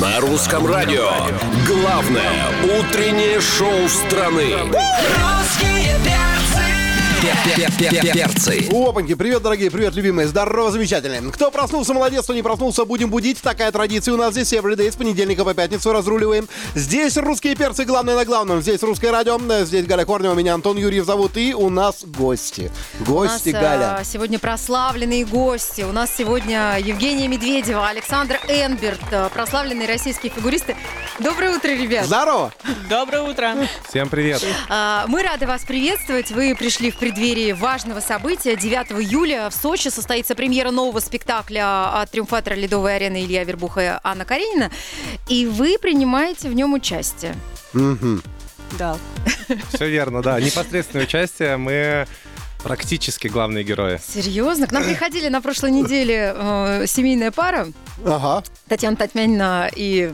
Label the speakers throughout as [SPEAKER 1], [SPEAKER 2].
[SPEAKER 1] На русском радио главное утреннее шоу страны.
[SPEAKER 2] Русские перцы!
[SPEAKER 1] Перцы.
[SPEAKER 3] Опаньки, привет, дорогие, привет, любимые, здорово, замечательные. Кто проснулся, молодец, кто не проснулся, будем будить. Такая традиция у нас здесь everyday с понедельника по пятницу разруливаем. Здесь русские перцы, главное на главном. Здесь русское радио, э, здесь Галя Корнева, меня Антон Юрьев зовут, и у нас гости.
[SPEAKER 4] У нас
[SPEAKER 3] Гости,
[SPEAKER 4] э,
[SPEAKER 3] Галя.
[SPEAKER 4] сегодня прославленные гости. У нас сегодня Евгения Медведева, Александр Энберт, э, прославленные российские фигуристы. Доброе утро, ребят.
[SPEAKER 3] Здорово!
[SPEAKER 5] Доброе утро.
[SPEAKER 6] Всем привет.
[SPEAKER 4] А, Мы рады вас приветствовать. Вы пришли в преддверии важного события. 9 июля в Сочи состоится премьера нового спектакля от триумфатора Ледовой арены Илья Вербуха и Анна Каренина. И вы принимаете в нем участие.
[SPEAKER 3] Мгм.
[SPEAKER 5] Да.
[SPEAKER 6] Все верно, да. Непосредственное участие мы практически главные герои.
[SPEAKER 4] Серьезно? К нам приходили на прошлой неделе э, семейная пара
[SPEAKER 3] Ага.
[SPEAKER 4] Татьяна Татьмянина и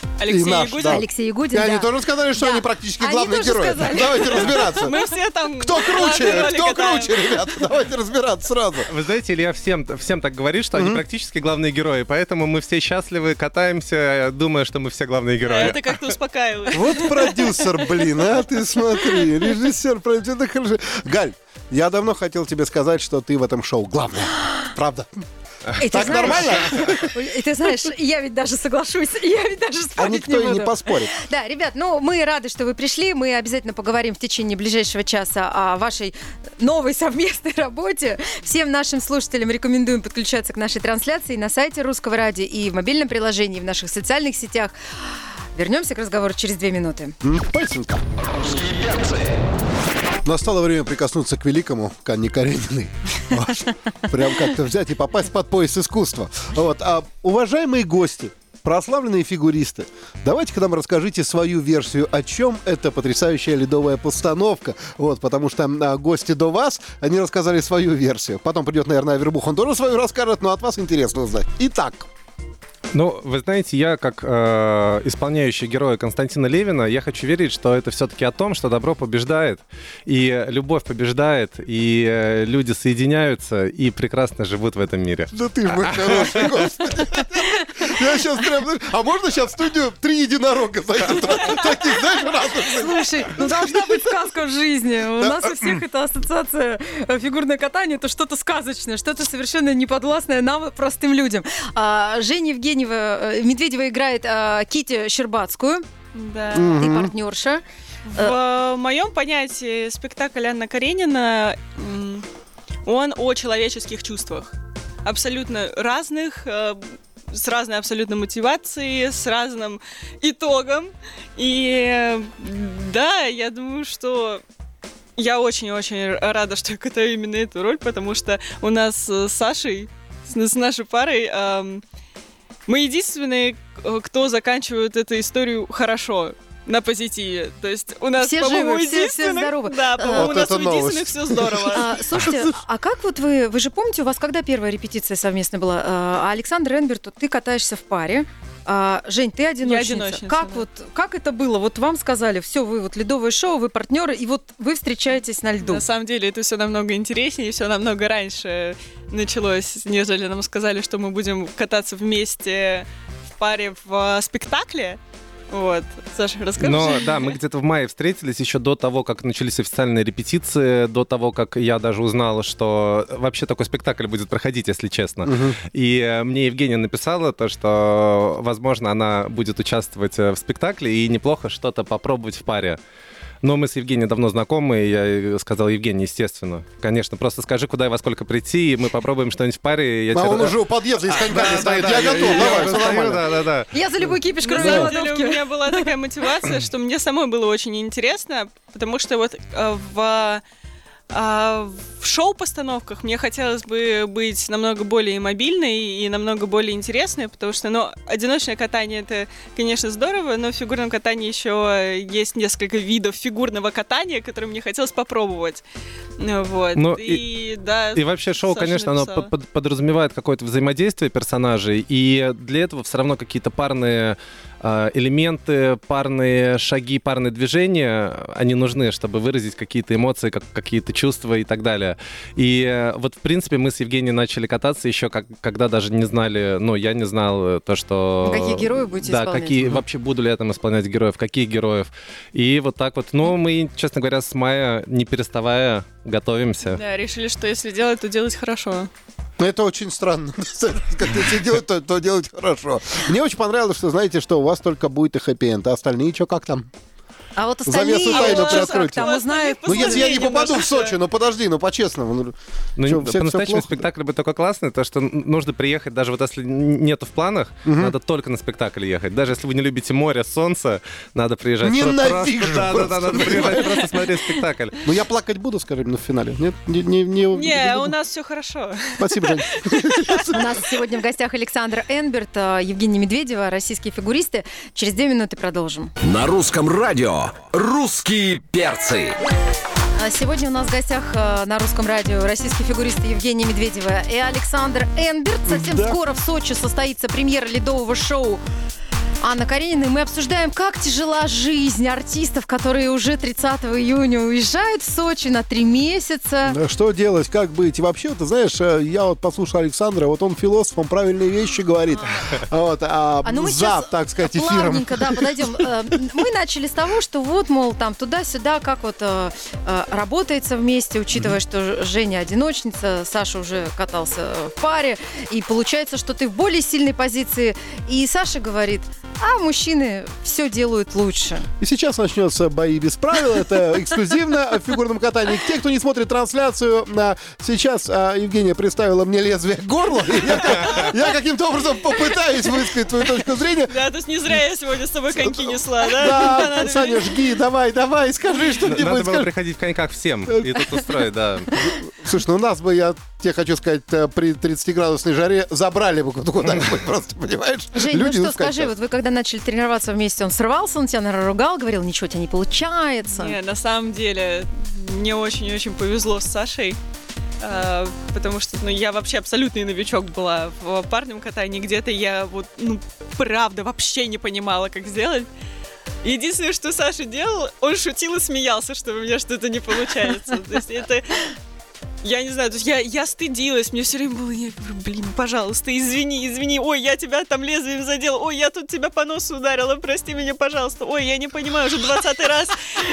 [SPEAKER 3] И
[SPEAKER 5] Алексей
[SPEAKER 3] наш,
[SPEAKER 4] Да.
[SPEAKER 5] Ягудин.
[SPEAKER 4] Алексей
[SPEAKER 3] И
[SPEAKER 4] Ягудин.
[SPEAKER 3] они
[SPEAKER 4] да.
[SPEAKER 3] тоже сказали, что
[SPEAKER 4] Да.
[SPEAKER 3] они практически
[SPEAKER 4] Они
[SPEAKER 3] главные
[SPEAKER 4] тоже
[SPEAKER 3] герои.
[SPEAKER 4] сказали.
[SPEAKER 3] Давайте разбираться.
[SPEAKER 5] Мы все там...
[SPEAKER 3] Кто круче?
[SPEAKER 5] главные роли
[SPEAKER 3] Кто
[SPEAKER 5] катаем.
[SPEAKER 3] круче, ребята? Давайте разбираться сразу.
[SPEAKER 6] Вы знаете, Илья всем, всем так говорит, что они практически главные герои, поэтому мы все счастливы, катаемся, думая, что мы все главные герои.
[SPEAKER 5] А Это как-то успокаивает.
[SPEAKER 3] Вот продюсер, блин, а ты смотри, режиссер, продюсер, это хорошо. Галь, я давно хотел тебе сказать, что ты в этом шоу главная. Правда.
[SPEAKER 4] И ты
[SPEAKER 3] Так
[SPEAKER 4] знаешь-
[SPEAKER 3] нормально?
[SPEAKER 4] И ты знаешь, я ведь даже соглашусь, я ведь даже спорить
[SPEAKER 3] А никто
[SPEAKER 4] не
[SPEAKER 3] и
[SPEAKER 4] буду.
[SPEAKER 3] не поспорит.
[SPEAKER 4] Да, ребят, ну мы рады, что вы пришли. Мы обязательно поговорим в течение ближайшего часа о вашей новой совместной работе. Всем нашим слушателям рекомендуем подключаться к нашей трансляции на сайте Русского радио и в мобильном приложении, и в наших социальных сетях. Вернемся к разговору через две минуты.
[SPEAKER 3] М, Пальченко. Настало время прикоснуться к великому к Анне Карениной. Вот. Прям как-то взять и попасть под пояс искусства. Вот. А уважаемые гости, прославленные фигуристы, давайте-ка нам расскажите свою версию, о чем эта потрясающая ледовая постановка. Вот, потому что а, гости до вас, они рассказали свою версию. Потом придет, наверное, Авербух, он тоже свою расскажет, но от вас интересно узнать. Итак,
[SPEAKER 6] Ну, вы знаете, я как э, исполняющий героя Константина Левина, я хочу верить, что это все-таки о том, что добро побеждает, и любовь побеждает, и э, люди соединяются и прекрасно живут в этом мире.
[SPEAKER 3] Да ты ж мой хороший, господи. Я сейчас прям... знаешь, А можно сейчас в студию три единорога зайдут? Таких, знаешь, разных.
[SPEAKER 4] Слушай, ну должна быть сказка в жизни. У нас у всех эта ассоциация э, фигурное катание, это что-то сказочное, что-то совершенно неподвластное нам, простым людям. А, Женя Евгеньева, э, Медведева играет а, Кити Щербацкую,
[SPEAKER 5] Да.
[SPEAKER 4] ты партнерша.
[SPEAKER 3] Э,
[SPEAKER 5] В моем понятии спектакль Анна Каренина, м, он о человеческих чувствах. Абсолютно разных, э, с разной абсолютно мотивацией, с разным итогом. И э, да, я думаю, что я очень-очень рада, что я катаю именно эту роль, потому что у нас э, с Сашей, с, с нашей парой, эм, мы единственные, э, кто заканчивает эту историю хорошо, на позитиве. То есть у нас,
[SPEAKER 4] Все
[SPEAKER 5] по-моему,
[SPEAKER 4] живы, все- все
[SPEAKER 5] единственных-
[SPEAKER 4] здоровы.
[SPEAKER 5] Да, по-моему,
[SPEAKER 3] Вот
[SPEAKER 5] у нас
[SPEAKER 3] это
[SPEAKER 5] у единственных
[SPEAKER 3] новость.
[SPEAKER 5] все здорово.
[SPEAKER 4] А, слушайте, а как вот вы, вы же помните, у вас когда первая репетиция совместная была? А, Александр Энберт, вот ты катаешься в паре. А, Жень, ты одиночница.
[SPEAKER 5] одиночница,
[SPEAKER 4] как
[SPEAKER 5] да.
[SPEAKER 4] вот, как это было? Вот вам сказали, все, вы вот ледовое шоу, вы партнеры, и вот вы встречаетесь на льду.
[SPEAKER 5] На самом деле это все намного интереснее, все намного раньше началось, нежели нам сказали, что мы будем кататься вместе в паре в э, спектакле. Вот, Саша, расскажи.
[SPEAKER 6] Но да, мы где-то в мае встретились еще до того, как начались официальные репетиции, до того, как я даже узнала, что вообще такой спектакль будет проходить, если честно. И э, мне Евгения написала то, что, возможно, она будет участвовать э, в спектакле и неплохо что-то попробовать в паре. Но мы с Евгением давно знакомы, и я э, сказал Евгений, естественно. Конечно, просто скажи, куда и во сколько прийти, и мы попробуем что-нибудь в паре. и я
[SPEAKER 3] А
[SPEAKER 6] тебе-
[SPEAKER 3] он уже у подъезда и с коньками стоит. Я готов, давай, все нормально.
[SPEAKER 6] Да-да-да.
[SPEAKER 4] Я за любой кипиш,
[SPEAKER 5] На
[SPEAKER 4] кроме
[SPEAKER 5] самом деле у
[SPEAKER 4] голодовки.
[SPEAKER 5] меня была такая мотивация, что мне самой было очень интересно, потому что вот э, в, э, в шоу-постановках мне хотелось бы быть намного более мобильной и намного более интересной, потому что, ну, одиночное катание это, конечно, здорово, но в фигурном катании еще есть несколько видов фигурного катания, которые мне хотелось попробовать. Ну, Вот.
[SPEAKER 6] Ну,
[SPEAKER 5] и, да.
[SPEAKER 6] И вообще шоу,
[SPEAKER 5] Саша
[SPEAKER 6] конечно,
[SPEAKER 5] написала.
[SPEAKER 6] оно под- подразумевает какое-то взаимодействие персонажей, и для этого все равно какие-то парные э, элементы, парные шаги, парные движения, они нужны, чтобы выразить какие-то эмоции, как- какие-то чувства и так далее. И э, вот, в принципе, мы с Евгением начали кататься еще, как, когда даже не знали, ну, я не знал э, то, что...
[SPEAKER 4] Какие герои будете
[SPEAKER 6] Да,
[SPEAKER 4] исполнять?
[SPEAKER 6] какие,
[SPEAKER 4] Мгм.
[SPEAKER 6] вообще буду ли я там исполнять героев, какие героев. И вот так вот. Ну, мы, честно говоря, с мая, не переставая, готовимся.
[SPEAKER 5] Да, решили, что если делать, то делать хорошо.
[SPEAKER 3] Ну, Это очень странно. Как если делать, то, то делать хорошо. Мне очень понравилось, что знаете, что у вас только будет и хэппи-энд, а остальные что, как там?
[SPEAKER 4] А вот остальные...
[SPEAKER 3] Завесу тайну
[SPEAKER 5] вот
[SPEAKER 3] приоткройте.
[SPEAKER 4] Там узнают...
[SPEAKER 3] Ну, если я не
[SPEAKER 5] Посмотрели
[SPEAKER 3] попаду в
[SPEAKER 5] немножко.
[SPEAKER 3] Сочи, ну подожди, ну по-честному. ну,
[SPEAKER 6] Ну,
[SPEAKER 3] чё,
[SPEAKER 6] не-
[SPEAKER 3] всё- всё
[SPEAKER 6] по-настоящему
[SPEAKER 3] плохо?
[SPEAKER 6] спектакль будет такой классный, то что н- нужно приехать, даже вот если н- нету в планах, надо только на спектакль ехать. Даже если вы не любите море, солнце, надо приезжать. про-
[SPEAKER 3] Ненавижу
[SPEAKER 6] просто- Да, да, да,
[SPEAKER 3] просто,
[SPEAKER 6] надо приезжать просто смотреть спектакль.
[SPEAKER 3] Ну я плакать буду, скажем, на финале. Нет, не, не, не-
[SPEAKER 5] Не,
[SPEAKER 3] буду.
[SPEAKER 5] у нас все хорошо.
[SPEAKER 3] Спасибо, Жень.
[SPEAKER 4] У нас сегодня в гостях Александр Энберт, э, Евгений Медведева, российские фигуристы. Через две минуты продолжим.
[SPEAKER 1] На русском радио «Русские перцы».
[SPEAKER 4] А Сегодня у нас в гостях э, на русском радио российские фигуристы Евгения Медведева и Александр Энберт. Совсем
[SPEAKER 3] Да.
[SPEAKER 4] скоро в Сочи состоится премьера ледового шоу Анна Каренина. И мы обсуждаем, как тяжела жизнь артистов, которые уже 30 июня уезжают в Сочи на три месяца.
[SPEAKER 3] Да, Что делать, как быть? И вообще, ты знаешь, э, я вот послушал Александра, вот он философ, он правильные вещи говорит. Вот, а
[SPEAKER 4] А ну мы
[SPEAKER 3] за,
[SPEAKER 4] сейчас
[SPEAKER 3] так сказать, эфиром.
[SPEAKER 4] Плавненько, да, подойдем. Э, Мы начали с того, что вот, мол, там туда-сюда, как вот э, э, работается вместе, учитывая, что Женя одиночница, Саша уже катался э, в паре, и получается, что ты в более сильной позиции. И Саша говорит, а мужчины все делают лучше.
[SPEAKER 3] И сейчас начнется бои без правил. Это эксклюзивно о фигурном катании. Те, кто не смотрит трансляцию, а, сейчас а, Евгения представила мне лезвие к горлу. И Я, как- я каким-то образом попытаюсь высказать твою точку зрения.
[SPEAKER 5] Да, то есть не зря я сегодня с собой коньки несла, да?
[SPEAKER 3] Да,
[SPEAKER 5] Надо
[SPEAKER 3] Саня, жги, давай, давай, скажи
[SPEAKER 6] Надо
[SPEAKER 3] что-нибудь.
[SPEAKER 6] было
[SPEAKER 3] скажи.
[SPEAKER 6] приходить в коньках всем и тут устроить, да.
[SPEAKER 3] Слушай, ну нас бы, я тебе хочу сказать, э, при 30-градусной жаре забрали бы куда-нибудь, просто понимаешь?
[SPEAKER 4] Жень, ну что,
[SPEAKER 3] в конце.
[SPEAKER 4] скажи, вот вы когда начали тренироваться вместе, он срывался, он тебя наверное, ругал, говорил, ничего у тебя не получается.
[SPEAKER 5] Не, на самом деле, мне очень-очень повезло с Сашей. э, Потому что ну, я вообще абсолютный новичок была в парном катании. Где-то я вот, ну, правда, вообще не понимала, как сделать. Единственное, что Саша делал, он шутил и смеялся, что у меня что-то не получается. То есть это... Я не знаю, то есть я, я стыдилась, мне все время было, я говорю, блин, пожалуйста, извини, извини, ой, я тебя там лезвием задел, ой, я тут тебя по носу ударила, прости меня, пожалуйста, ой, я не понимаю, уже двадцатый раз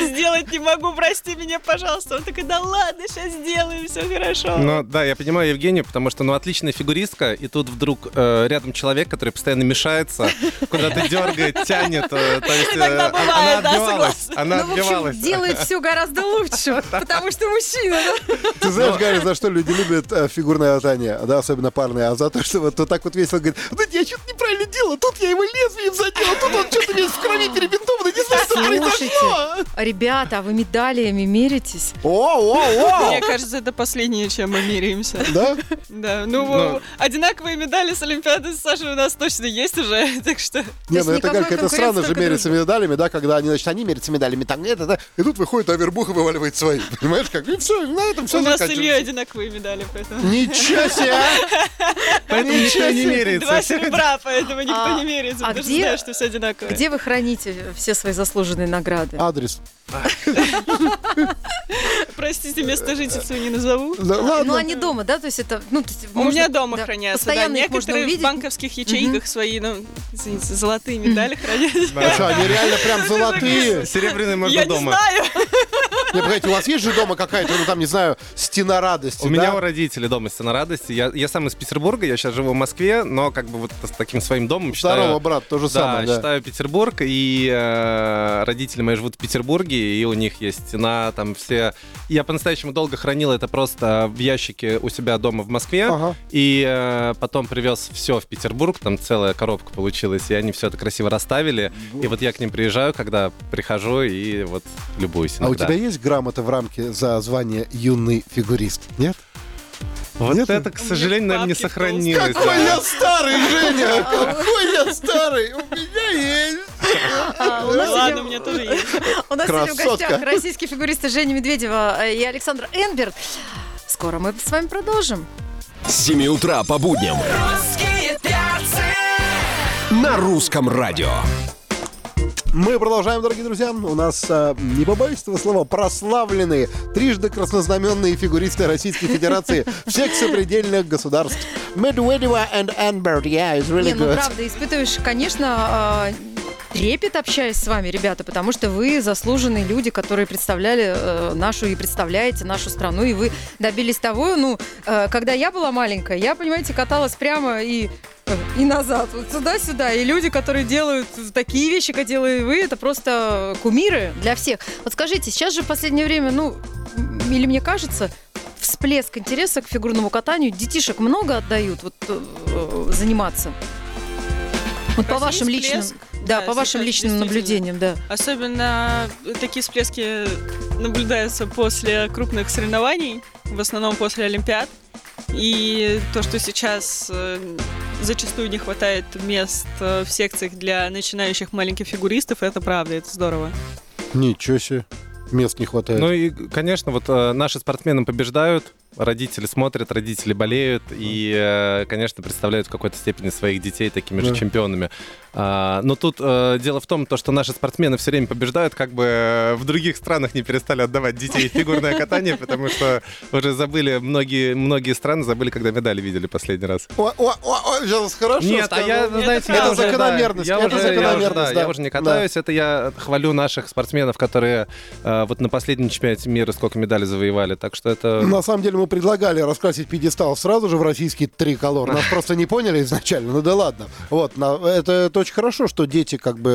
[SPEAKER 5] сделать не могу, прости меня, пожалуйста. Он такой, да ладно, сейчас сделаем, все хорошо.
[SPEAKER 6] Ну да, я понимаю Евгению, потому что ну отличная фигуристка, и тут вдруг э, рядом человек, который постоянно мешается, куда-то дергает, тянет. э, то есть, э,
[SPEAKER 5] Иногда бывает, да,
[SPEAKER 6] она отбивалась.
[SPEAKER 5] согласна.
[SPEAKER 6] Она
[SPEAKER 4] ну, в общем,
[SPEAKER 6] отбивалась.
[SPEAKER 4] делает все гораздо лучше, потому что мужчина. да?
[SPEAKER 3] Ты
[SPEAKER 4] ну.
[SPEAKER 3] знаешь, Гарри, за что люди любят э, фигурное катание, да, особенно парное, а за то, что вот, вот так вот весело говорит, да я что-то неправильно делал, тут я его лезвием задел, а тут он что-то весь в крови перебинтованный, не знаю, что
[SPEAKER 4] Слушайте,
[SPEAKER 3] произошло.
[SPEAKER 4] ребята, а вы медалями меритесь?
[SPEAKER 3] О, о,
[SPEAKER 5] Мне кажется, это последнее, чем мы миримся.
[SPEAKER 3] о! Да?
[SPEAKER 5] Да, ну,
[SPEAKER 6] Но-
[SPEAKER 5] одинаковые медали с Олимпиады с Сашей у нас точно есть уже, так что...
[SPEAKER 3] Не,
[SPEAKER 4] есть
[SPEAKER 3] ну это
[SPEAKER 4] никакой
[SPEAKER 3] как это
[SPEAKER 4] конкуренции,
[SPEAKER 3] странно же
[SPEAKER 4] только
[SPEAKER 3] мериться медалями, да, когда они, значит, они мерятся медалями, там это, да, и тут выходит Авербух и вываливает свои, понимаешь, как, и все, на этом все
[SPEAKER 5] у нас с Ильей
[SPEAKER 3] заканчивается.
[SPEAKER 5] одинаковые медали, поэтому...
[SPEAKER 3] Ничего себе!
[SPEAKER 6] а? Поэтому никто не
[SPEAKER 5] Два
[SPEAKER 6] меряется.
[SPEAKER 5] серебра, поэтому никто
[SPEAKER 4] А-
[SPEAKER 5] не мерится,
[SPEAKER 4] а
[SPEAKER 5] потому что
[SPEAKER 4] где-
[SPEAKER 5] знаешь, что все одинаковые.
[SPEAKER 4] Где вы храните все свои заслуженные награды?
[SPEAKER 3] Адрес.
[SPEAKER 5] Простите, место жительства не назову.
[SPEAKER 3] Да,
[SPEAKER 4] Ну,
[SPEAKER 3] ладно.
[SPEAKER 4] они дома, да? То есть это... Ну, то есть
[SPEAKER 5] У
[SPEAKER 4] можно-
[SPEAKER 5] меня дома
[SPEAKER 4] да,
[SPEAKER 5] хранятся, да,
[SPEAKER 4] Постоянно их можно
[SPEAKER 5] некоторые в
[SPEAKER 4] увидеть.
[SPEAKER 5] банковских ячейках свои, ну, извините, золотые медали хранят.
[SPEAKER 3] А что, они реально прям золотые.
[SPEAKER 6] Серебряный
[SPEAKER 5] Я
[SPEAKER 6] можно
[SPEAKER 5] не
[SPEAKER 6] дома.
[SPEAKER 5] знаю.
[SPEAKER 3] Не, погодите, у вас есть же дома какая-то, ну там, не знаю, стена радости,
[SPEAKER 6] У
[SPEAKER 3] да?
[SPEAKER 6] меня у родителей дома сцена радости. Я, я сам из Петербурга, я сейчас живу в Москве, но как бы вот с таким своим домом считаю...
[SPEAKER 3] Здорово, брат, то же самое,
[SPEAKER 6] да,
[SPEAKER 3] да.
[SPEAKER 6] считаю Петербург, и э, родители мои живут в Петербурге, и у них есть стена, там все... Я по-настоящему долго хранил это просто в ящике у себя дома в Москве,
[SPEAKER 3] Ага.
[SPEAKER 6] и э, потом привез все в Петербург, там целая коробка получилась, и они все это красиво расставили, и вот я к ним приезжаю, когда прихожу, и вот любуюсь
[SPEAKER 3] А у
[SPEAKER 6] иногда.
[SPEAKER 3] тебя есть грамота в рамке за звание юный фигурист? Нет?
[SPEAKER 6] Вот
[SPEAKER 3] Нет?
[SPEAKER 6] это, к сожалению, наверное, не
[SPEAKER 5] папки в толстой.
[SPEAKER 6] сохранилось. да.
[SPEAKER 3] старый, Женя! Какой я старый! У меня есть!
[SPEAKER 4] А, у нас
[SPEAKER 5] Ладно,
[SPEAKER 4] сегодня-
[SPEAKER 5] у меня тоже есть.
[SPEAKER 4] у нас сегодня в гостях
[SPEAKER 3] Красотка.
[SPEAKER 4] российские фигуристы Женя Медведева э, и Александр Энберт. Скоро мы с вами продолжим.
[SPEAKER 1] С 7 утра по будням
[SPEAKER 2] Русские перцы.
[SPEAKER 1] на русском радио.
[SPEAKER 3] Мы продолжаем, дорогие друзья. У нас, а, не побоюсь этого слова, прославленные, трижды краснознаменные фигуристы Российской Федерации всех сопредельных государств. Медведева и Энберт, yeah, it's really
[SPEAKER 4] Не, ну
[SPEAKER 3] good.
[SPEAKER 4] правда, испытываешь, конечно, э, трепет, общаясь с вами, ребята, потому что вы заслуженные люди, которые представляли э, нашу и представляете нашу страну, и вы добились того, ну, э, когда я была маленькая, я, понимаете, каталась прямо и э, и назад, вот сюда-сюда. И люди, которые делают такие вещи, как делали вы, это просто кумиры для всех. Вот скажите, сейчас же в последнее время, ну, м, или мне кажется, всплеск интереса к фигурному катанию. Детишек много отдают вот, э, э, заниматься? Вот по
[SPEAKER 5] России
[SPEAKER 4] вашим личным,
[SPEAKER 5] всплеск,
[SPEAKER 4] да,
[SPEAKER 5] да,
[SPEAKER 4] по вашим
[SPEAKER 5] сейчас
[SPEAKER 4] личным
[SPEAKER 5] действительно.
[SPEAKER 4] наблюдениям, да.
[SPEAKER 5] Особенно такие всплески наблюдаются после крупных соревнований, в основном после Олимпиад. И то, что сейчас э, зачастую не хватает мест э, в секциях для начинающих маленьких фигуристов, это правда, это здорово.
[SPEAKER 3] Ничего себе. Мест не хватает.
[SPEAKER 6] Ну и, конечно, вот э, наши спортсмены побеждают, родители смотрят, родители болеют и, э, конечно, представляют в какой-то степени своих детей такими же
[SPEAKER 3] Да.
[SPEAKER 6] чемпионами. А, но тут э, дело в том, то, что наши спортсмены все время побеждают, как бы э, в других странах не перестали отдавать детей в фигурное катание, потому что уже забыли, многие, многие страны забыли, когда медали видели последний раз.
[SPEAKER 3] О, о, о, о, сейчас хорошо
[SPEAKER 6] Нет, а
[SPEAKER 3] сказал.
[SPEAKER 6] я, знаете, я
[SPEAKER 3] это
[SPEAKER 6] уже, да,
[SPEAKER 3] закономерность.
[SPEAKER 6] я
[SPEAKER 3] это
[SPEAKER 6] уже- я уже,
[SPEAKER 3] закономерность,
[SPEAKER 6] да,
[SPEAKER 3] да.
[SPEAKER 6] я уже не катаюсь. Это я хвалю наших спортсменов, которые э, вот на последнем чемпионате мира сколько медалей завоевали. Так что это...
[SPEAKER 3] На самом деле мы предлагали раскрасить пьедестал сразу же в российский триколор. Нас просто не поняли изначально. Ну да ладно. Вот, на- это, это очень хорошо, что дети как бы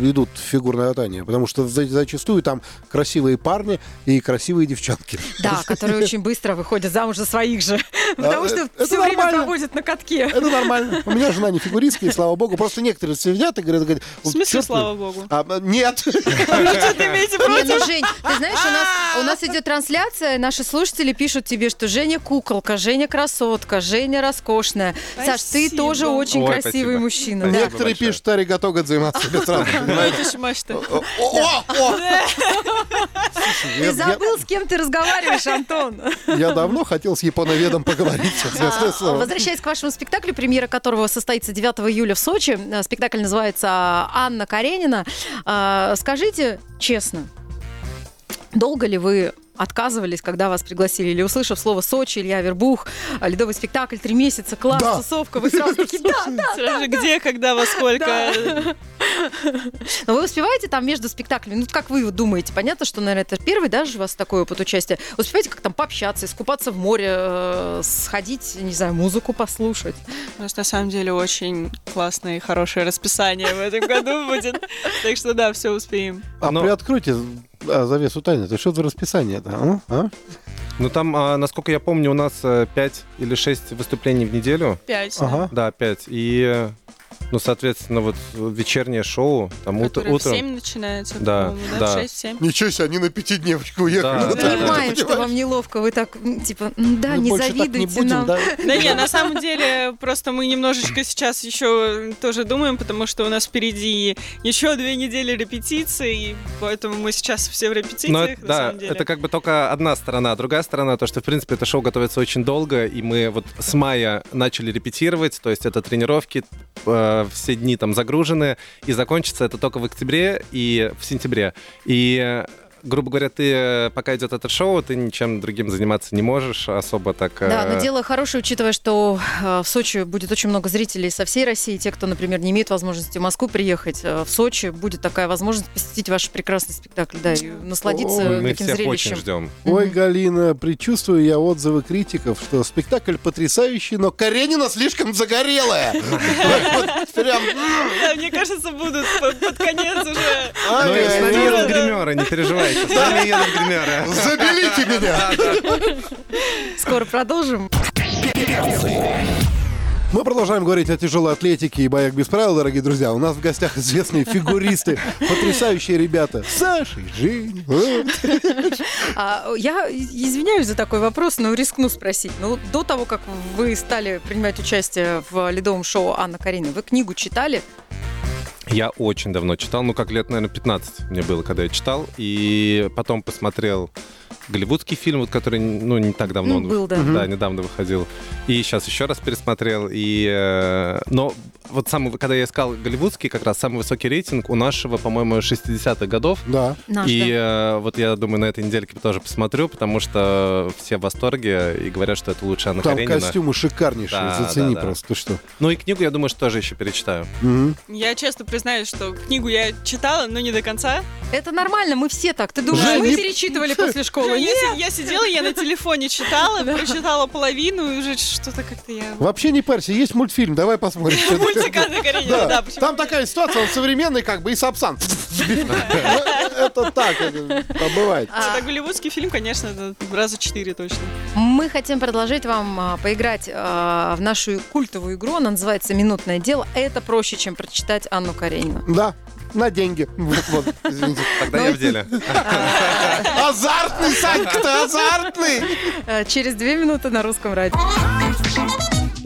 [SPEAKER 3] э, идут в фигурное катание, потому что за- зачастую там красивые парни и красивые девчонки.
[SPEAKER 4] Да, которые очень быстро выходят замуж за своих же. Потому что
[SPEAKER 3] э, это
[SPEAKER 4] все время
[SPEAKER 3] нормально.
[SPEAKER 4] проводят на катке.
[SPEAKER 3] Это нормально. У меня жена не фигуристка, и слава богу. Просто некоторые сидят и говорят... говорят,
[SPEAKER 5] В смысле,
[SPEAKER 3] «Чувствую».
[SPEAKER 5] слава богу?
[SPEAKER 3] А, э, нет.
[SPEAKER 4] Не, ну, Жень, ты знаешь, у нас, у нас идет трансляция, и наши слушатели пишут тебе, что Женя куколка, Женя красотка, Женя роскошная. Саш, ты
[SPEAKER 5] Спасибо.
[SPEAKER 4] тоже очень
[SPEAKER 6] Ой,
[SPEAKER 4] красивый
[SPEAKER 6] спасибо.
[SPEAKER 4] мужчина. да.
[SPEAKER 6] Спасибо
[SPEAKER 3] Некоторые
[SPEAKER 6] большое.
[SPEAKER 3] пишут, Ари готова заниматься без сразу.
[SPEAKER 5] Вот еще мачта.
[SPEAKER 3] О, о, о! Слушай, я-
[SPEAKER 4] Ты
[SPEAKER 3] я-
[SPEAKER 4] забыл, с кем ты разговариваешь, Антон.
[SPEAKER 3] Я давно хотел с японоведом поговорить, честное
[SPEAKER 4] А,
[SPEAKER 3] слово.
[SPEAKER 4] Возвращаясь к вашему спектаклю, премьера которого состоится 9 июля в Сочи. Э, Спектакль называется а, «Анна Каренина». А, Скажите честно, долго ли вы отказывались, когда вас пригласили? Или услышав слово «Сочи», «Илья Вербух», а, «Ледовый спектакль», «Три месяца», «Класс»,
[SPEAKER 3] Да.
[SPEAKER 4] «Тусовка», вы сразу такие «Да, да».
[SPEAKER 5] Сразу же, где, когда, во сколько.
[SPEAKER 4] Но вы успеваете там между спектаклями? Ну, как вы вот думаете? Понятно, что, наверное, это первый, да, же у вас такой опыт участия. Успеваете как там пообщаться, искупаться в море, э, сходить, не знаю, музыку послушать?
[SPEAKER 5] У нас на самом деле очень классное и хорошее расписание в этом году будет. Так что да, все успеем.
[SPEAKER 3] А
[SPEAKER 6] Но-
[SPEAKER 3] приоткройте а, завесу тайны. Это что за расписание? -то, а?
[SPEAKER 6] Ну там, а, насколько я помню, у нас 5 или 6 выступлений в неделю.
[SPEAKER 5] Пять. да.
[SPEAKER 3] Ага.
[SPEAKER 6] Да, 5. И, э, ну, соответственно, вот вечернее шоу, там ут-
[SPEAKER 5] Которое в
[SPEAKER 6] утром...
[SPEAKER 5] 7 начинается,
[SPEAKER 6] Да,
[SPEAKER 5] по-моему, да,
[SPEAKER 6] да.
[SPEAKER 5] в 6-7.
[SPEAKER 3] Ничего себе, они на пятидневочку
[SPEAKER 6] Да,
[SPEAKER 3] уехали. Ну,
[SPEAKER 5] да, да.
[SPEAKER 4] Понимаем, Ну, что вам неловко, вы так, м, типа, «М, да,
[SPEAKER 3] Мы
[SPEAKER 4] не
[SPEAKER 3] больше так
[SPEAKER 4] завидуйте
[SPEAKER 3] будем,
[SPEAKER 4] нам.
[SPEAKER 3] да.
[SPEAKER 5] Да не, на самом деле, просто мы немножечко сейчас еще тоже думаем, потому что у нас впереди еще две недели репетиций, и поэтому мы сейчас все в
[SPEAKER 6] Но
[SPEAKER 5] репетициях,
[SPEAKER 6] это-
[SPEAKER 5] на
[SPEAKER 6] да,
[SPEAKER 5] самом деле.
[SPEAKER 6] это как бы только одна сторона. Другая сторона, то, что, в принципе, это шоу готовится очень долго, и мы вот с мая начали репетировать, то есть это тренировки, э, все дни там загружены, и закончится это только в октябре и в сентябре. И, э, грубо говоря, ты, э, пока идет это шоу, ты ничем другим заниматься не можешь особо так... э,
[SPEAKER 4] Да, но дело хорошее, учитывая, что э, в Сочи будет очень много зрителей со всей России. Те, кто, например, не имеет возможности в Москву приехать, э, в Сочи будет такая возможность посетить ваш прекрасный спектакль, да, и насладиться
[SPEAKER 3] Ой,
[SPEAKER 6] мы
[SPEAKER 4] таким
[SPEAKER 6] всех очень
[SPEAKER 4] зрелищем.
[SPEAKER 6] ждем.
[SPEAKER 3] Ой, Галина, предчувствую я отзывы критиков, что спектакль потрясающий, но Каренина слишком загорелая. Вот Прям...
[SPEAKER 4] Ну,
[SPEAKER 3] м,
[SPEAKER 5] Да, мне кажется, будут по- под конец уже.
[SPEAKER 3] ай,
[SPEAKER 6] Ну и с
[SPEAKER 3] ай,
[SPEAKER 6] нами
[SPEAKER 3] ай.
[SPEAKER 6] едут гримеры, не переживайте, с нами едут гримеры.
[SPEAKER 3] Заберите меня!
[SPEAKER 4] Скоро продолжим.
[SPEAKER 3] Мы продолжаем говорить о тяжелой атлетике и боях без правил, дорогие друзья. У нас в гостях известные фигуристы, потрясающие ребята. Саша и Женя. Э, Вот.
[SPEAKER 4] А, я извиняюсь за такой вопрос, но рискну спросить. Ну, до того, как вы стали принимать участие в ледовом шоу Анна Карина, вы книгу читали?
[SPEAKER 6] Я очень давно читал, ну как лет, наверное, 15 мне было, когда я читал, и потом посмотрел голливудский фильм, вот, который, ну, не так давно
[SPEAKER 4] Ну,
[SPEAKER 6] он
[SPEAKER 4] был, да.
[SPEAKER 6] да, недавно выходил. И сейчас еще раз пересмотрел. И, э, но вот самый, когда я искал голливудский, как раз самый высокий рейтинг у нашего, по-моему, 60-х годов.
[SPEAKER 3] Да.
[SPEAKER 4] Наш,
[SPEAKER 6] И
[SPEAKER 4] да.
[SPEAKER 6] э, вот я думаю, на этой недельке тоже посмотрю, потому что все в восторге и говорят, что это лучше Анна
[SPEAKER 3] Там
[SPEAKER 6] Каренина.
[SPEAKER 3] костюмы шикарнейшие,
[SPEAKER 6] Да,
[SPEAKER 3] зацени
[SPEAKER 6] да, да.
[SPEAKER 3] просто. Ты что?
[SPEAKER 6] Ну и книгу, я думаю, что тоже еще перечитаю.
[SPEAKER 3] Мгм.
[SPEAKER 5] Я честно признаюсь, что книгу я читала, но не до конца.
[SPEAKER 4] Это нормально, мы все так. Ты думаешь,
[SPEAKER 3] Жень,
[SPEAKER 4] мы
[SPEAKER 3] не-
[SPEAKER 4] перечитывали после школы?
[SPEAKER 5] Я,
[SPEAKER 4] Нет.
[SPEAKER 5] си- я сидела, я на телефоне читала, прочитала половину, и уже что-то как-то я...
[SPEAKER 3] Вообще не парься, есть мультфильм, давай посмотрим. что это.
[SPEAKER 5] Мультик Анны Карениной, да, почему
[SPEAKER 3] Там такая ситуация, он современный, как бы, и Сапсан. Это так, это бывает.
[SPEAKER 5] Это А, голливудский фильм, конечно, это раза четыре точно.
[SPEAKER 4] Мы хотим предложить вам а, поиграть а, в нашу культовую игру. Она называется «Минутное дело». Это проще, чем прочитать Анну Каренину.
[SPEAKER 3] Да, на деньги. Вот, вот, извините.
[SPEAKER 6] Тогда я в деле.
[SPEAKER 3] Азартный, Санька, ты азартный!
[SPEAKER 4] Э, Через две минуты на русском радио.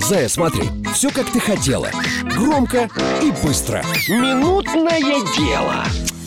[SPEAKER 1] Зая, смотри, все как ты хотела. Громко и быстро. Минутное дело.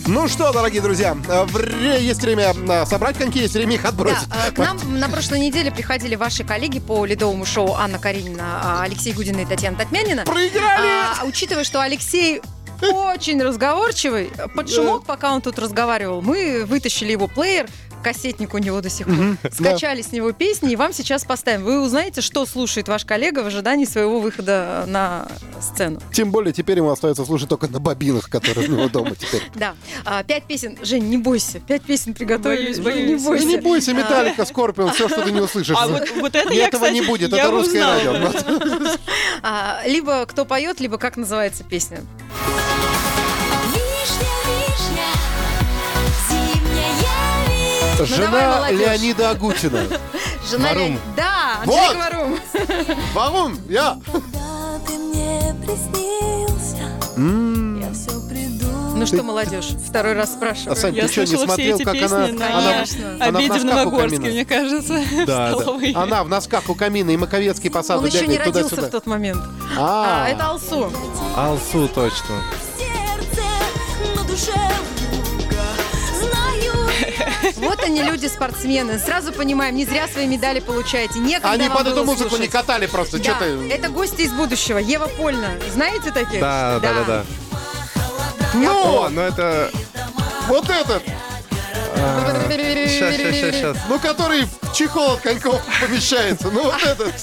[SPEAKER 3] Ну что, дорогие друзья, э, вре- есть время э, собрать коньки, есть время их отбросить.
[SPEAKER 4] Да, э, к нам на прошлой неделе приходили ваши коллеги по ледовому шоу Анна Каренина, а, Алексей Гудин и Татьяна Татмянина.
[SPEAKER 3] Проиграли!
[SPEAKER 4] А, учитывая, что Алексей очень разговорчивый, под шумок, пока он тут разговаривал, мы вытащили его плеер, кассетник у него до сих пор, скачали с него песни, и вам сейчас поставим. Вы узнаете, что слушает ваш коллега в ожидании своего выхода э, на сцену.
[SPEAKER 3] Тем более теперь ему остается слушать только на бобинах, которые у него дома теперь.
[SPEAKER 4] Да. А, Пять песен. Жень, не бойся. Пять песен приготовили.
[SPEAKER 5] Боюсь,
[SPEAKER 4] Жень,
[SPEAKER 5] боюсь.
[SPEAKER 4] Не
[SPEAKER 5] Да
[SPEAKER 3] И Ну, не
[SPEAKER 4] бойся. А.
[SPEAKER 3] бойся, Металлика, Скорпион, все, что ты не услышишь.
[SPEAKER 5] А вот, вот это
[SPEAKER 3] И
[SPEAKER 5] я,
[SPEAKER 3] этого не
[SPEAKER 5] кстати,
[SPEAKER 3] будет,
[SPEAKER 5] я
[SPEAKER 3] это русское
[SPEAKER 5] узнала.
[SPEAKER 3] радио.
[SPEAKER 4] Ну,
[SPEAKER 3] Вот.
[SPEAKER 4] А, либо кто поет, либо как называется песня.
[SPEAKER 7] Вишня, вишня, зимняя вишня.
[SPEAKER 4] давай,
[SPEAKER 3] Жена
[SPEAKER 4] молодежь.
[SPEAKER 3] Леонида Агутина.
[SPEAKER 4] Жена
[SPEAKER 6] Варум.
[SPEAKER 4] Леони- Да,
[SPEAKER 3] Вот!
[SPEAKER 4] Анжелика Варум.
[SPEAKER 3] Варум, я!
[SPEAKER 7] Когда ты мне приснился, я все придумал.
[SPEAKER 4] Ну что, молодежь, второй раз
[SPEAKER 3] А,
[SPEAKER 4] спрашиваю.
[SPEAKER 3] Сань,
[SPEAKER 5] Я
[SPEAKER 3] ты что, не
[SPEAKER 5] слышала все
[SPEAKER 3] смотрел,
[SPEAKER 5] эти
[SPEAKER 3] как
[SPEAKER 5] песни
[SPEAKER 3] она...
[SPEAKER 5] на
[SPEAKER 3] она- она в
[SPEAKER 5] обеде в
[SPEAKER 3] носках у
[SPEAKER 5] Новогорске,
[SPEAKER 3] камина.
[SPEAKER 5] мне кажется,
[SPEAKER 6] Да,
[SPEAKER 5] в
[SPEAKER 6] да.
[SPEAKER 5] столовой.
[SPEAKER 3] Она в носках у камина и Маковецкий посаду
[SPEAKER 4] Он еще не
[SPEAKER 3] бегает
[SPEAKER 4] родился
[SPEAKER 3] туда-сюда.
[SPEAKER 4] в тот момент. А,
[SPEAKER 3] А,
[SPEAKER 4] это Алсу.
[SPEAKER 6] Алсу точно.
[SPEAKER 7] В сердце, на душе вдруг, знаю
[SPEAKER 4] Вот они люди спортсмены. Сразу понимаем, не зря свои медали получаете. Некогда
[SPEAKER 3] Они
[SPEAKER 4] вам
[SPEAKER 3] под эту
[SPEAKER 4] было
[SPEAKER 3] музыку не
[SPEAKER 4] слушать.
[SPEAKER 3] катали просто,
[SPEAKER 4] Да, Э,
[SPEAKER 3] что ты...
[SPEAKER 4] это гости из будущего. Ева Польна. Знаете таких?
[SPEAKER 6] Да, да, да, да. О,
[SPEAKER 3] Ну,
[SPEAKER 6] ну это...
[SPEAKER 3] вот этот,
[SPEAKER 6] Сейчас, сейчас, сейчас, сейчас.
[SPEAKER 3] ну, который в чехол от коньков помещается, ну, вот этот,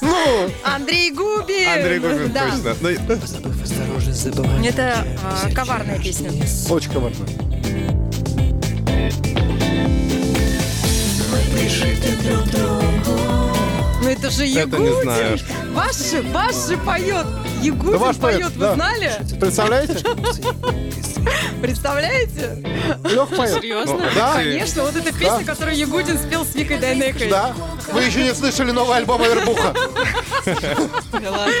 [SPEAKER 3] ну,
[SPEAKER 4] Андрей Губин.
[SPEAKER 6] Андрей Губин,
[SPEAKER 4] Да.
[SPEAKER 6] точно. Ну,
[SPEAKER 4] Это а, коварная песня.
[SPEAKER 3] очень коварно.
[SPEAKER 4] Ну это же
[SPEAKER 6] Это
[SPEAKER 4] Ягудин.
[SPEAKER 6] не знаю.
[SPEAKER 4] Ваши, ваши поет. Ягудин
[SPEAKER 3] Да ваш поет,
[SPEAKER 4] поет, вы
[SPEAKER 3] да.
[SPEAKER 4] знали?
[SPEAKER 3] Представляете?
[SPEAKER 4] Представляете?
[SPEAKER 3] Лех поет.
[SPEAKER 5] Серьезно?
[SPEAKER 6] Ну,
[SPEAKER 3] Да,
[SPEAKER 4] Конечно, вот эта песня, которую Ягудин спел с Викой Дайнекой.
[SPEAKER 3] да. Вы еще не слышали новый альбом Авербуха,
[SPEAKER 5] Да ладно.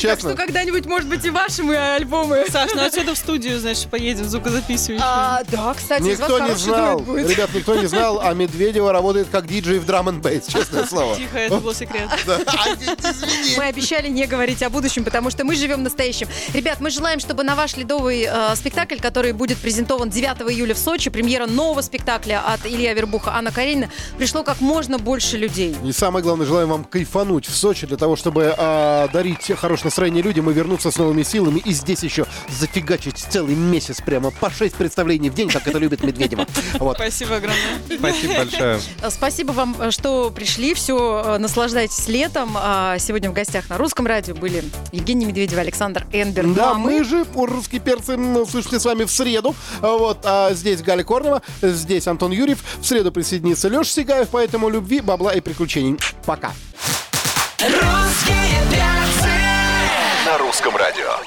[SPEAKER 4] Что
[SPEAKER 3] честно.
[SPEAKER 4] Ну, когда-нибудь, может быть, и ваши мы а, альбомы.
[SPEAKER 5] Саш, ну отсюда в студию, значит, поедем звукозаписывающим.
[SPEAKER 4] А, да, кстати, из вас
[SPEAKER 3] Никто не
[SPEAKER 4] хороший
[SPEAKER 3] знал,
[SPEAKER 4] дуэт будет.
[SPEAKER 3] ребят, никто не знал, а Медведева работает как диджей в драм н бейс, честное слово.
[SPEAKER 5] Тихо, это был секрет.
[SPEAKER 3] Да. А, извини.
[SPEAKER 4] Мы обещали не говорить о будущем, потому что мы живем настоящим. Ребят, мы желаем, чтобы на ваш ледовый э, спектакль, который будет презентован 9 июля в Сочи, премьера нового спектакля от Илья Вербуха, Анна Каренина, пришло как можно больше людей.
[SPEAKER 3] И самое главное, желаем вам кайфануть в Сочи для того, чтобы а, дарить хорошее настроение людям и вернуться с новыми силами. И здесь еще зафигачить целый месяц прямо по 6 представлений в день, как это любит Медведева. Вот.
[SPEAKER 5] Спасибо огромное.
[SPEAKER 6] Спасибо большое.
[SPEAKER 4] Э, Спасибо вам, э, что пришли. Все, э, наслаждайтесь летом. А Сегодня в гостях на русском радио были Евгений Медведев, Александр Энбер. Ну,
[SPEAKER 3] Да,
[SPEAKER 4] а
[SPEAKER 3] мы же, у русские перцы, м, услышали с вами в среду. А Вот, а здесь Галя Корнева, здесь Антон Юрьев. В среду присоединится Леша Сигаев, поэтому любви, бабла и приключений. Пока.
[SPEAKER 2] Русские перцы.
[SPEAKER 1] На русском радио.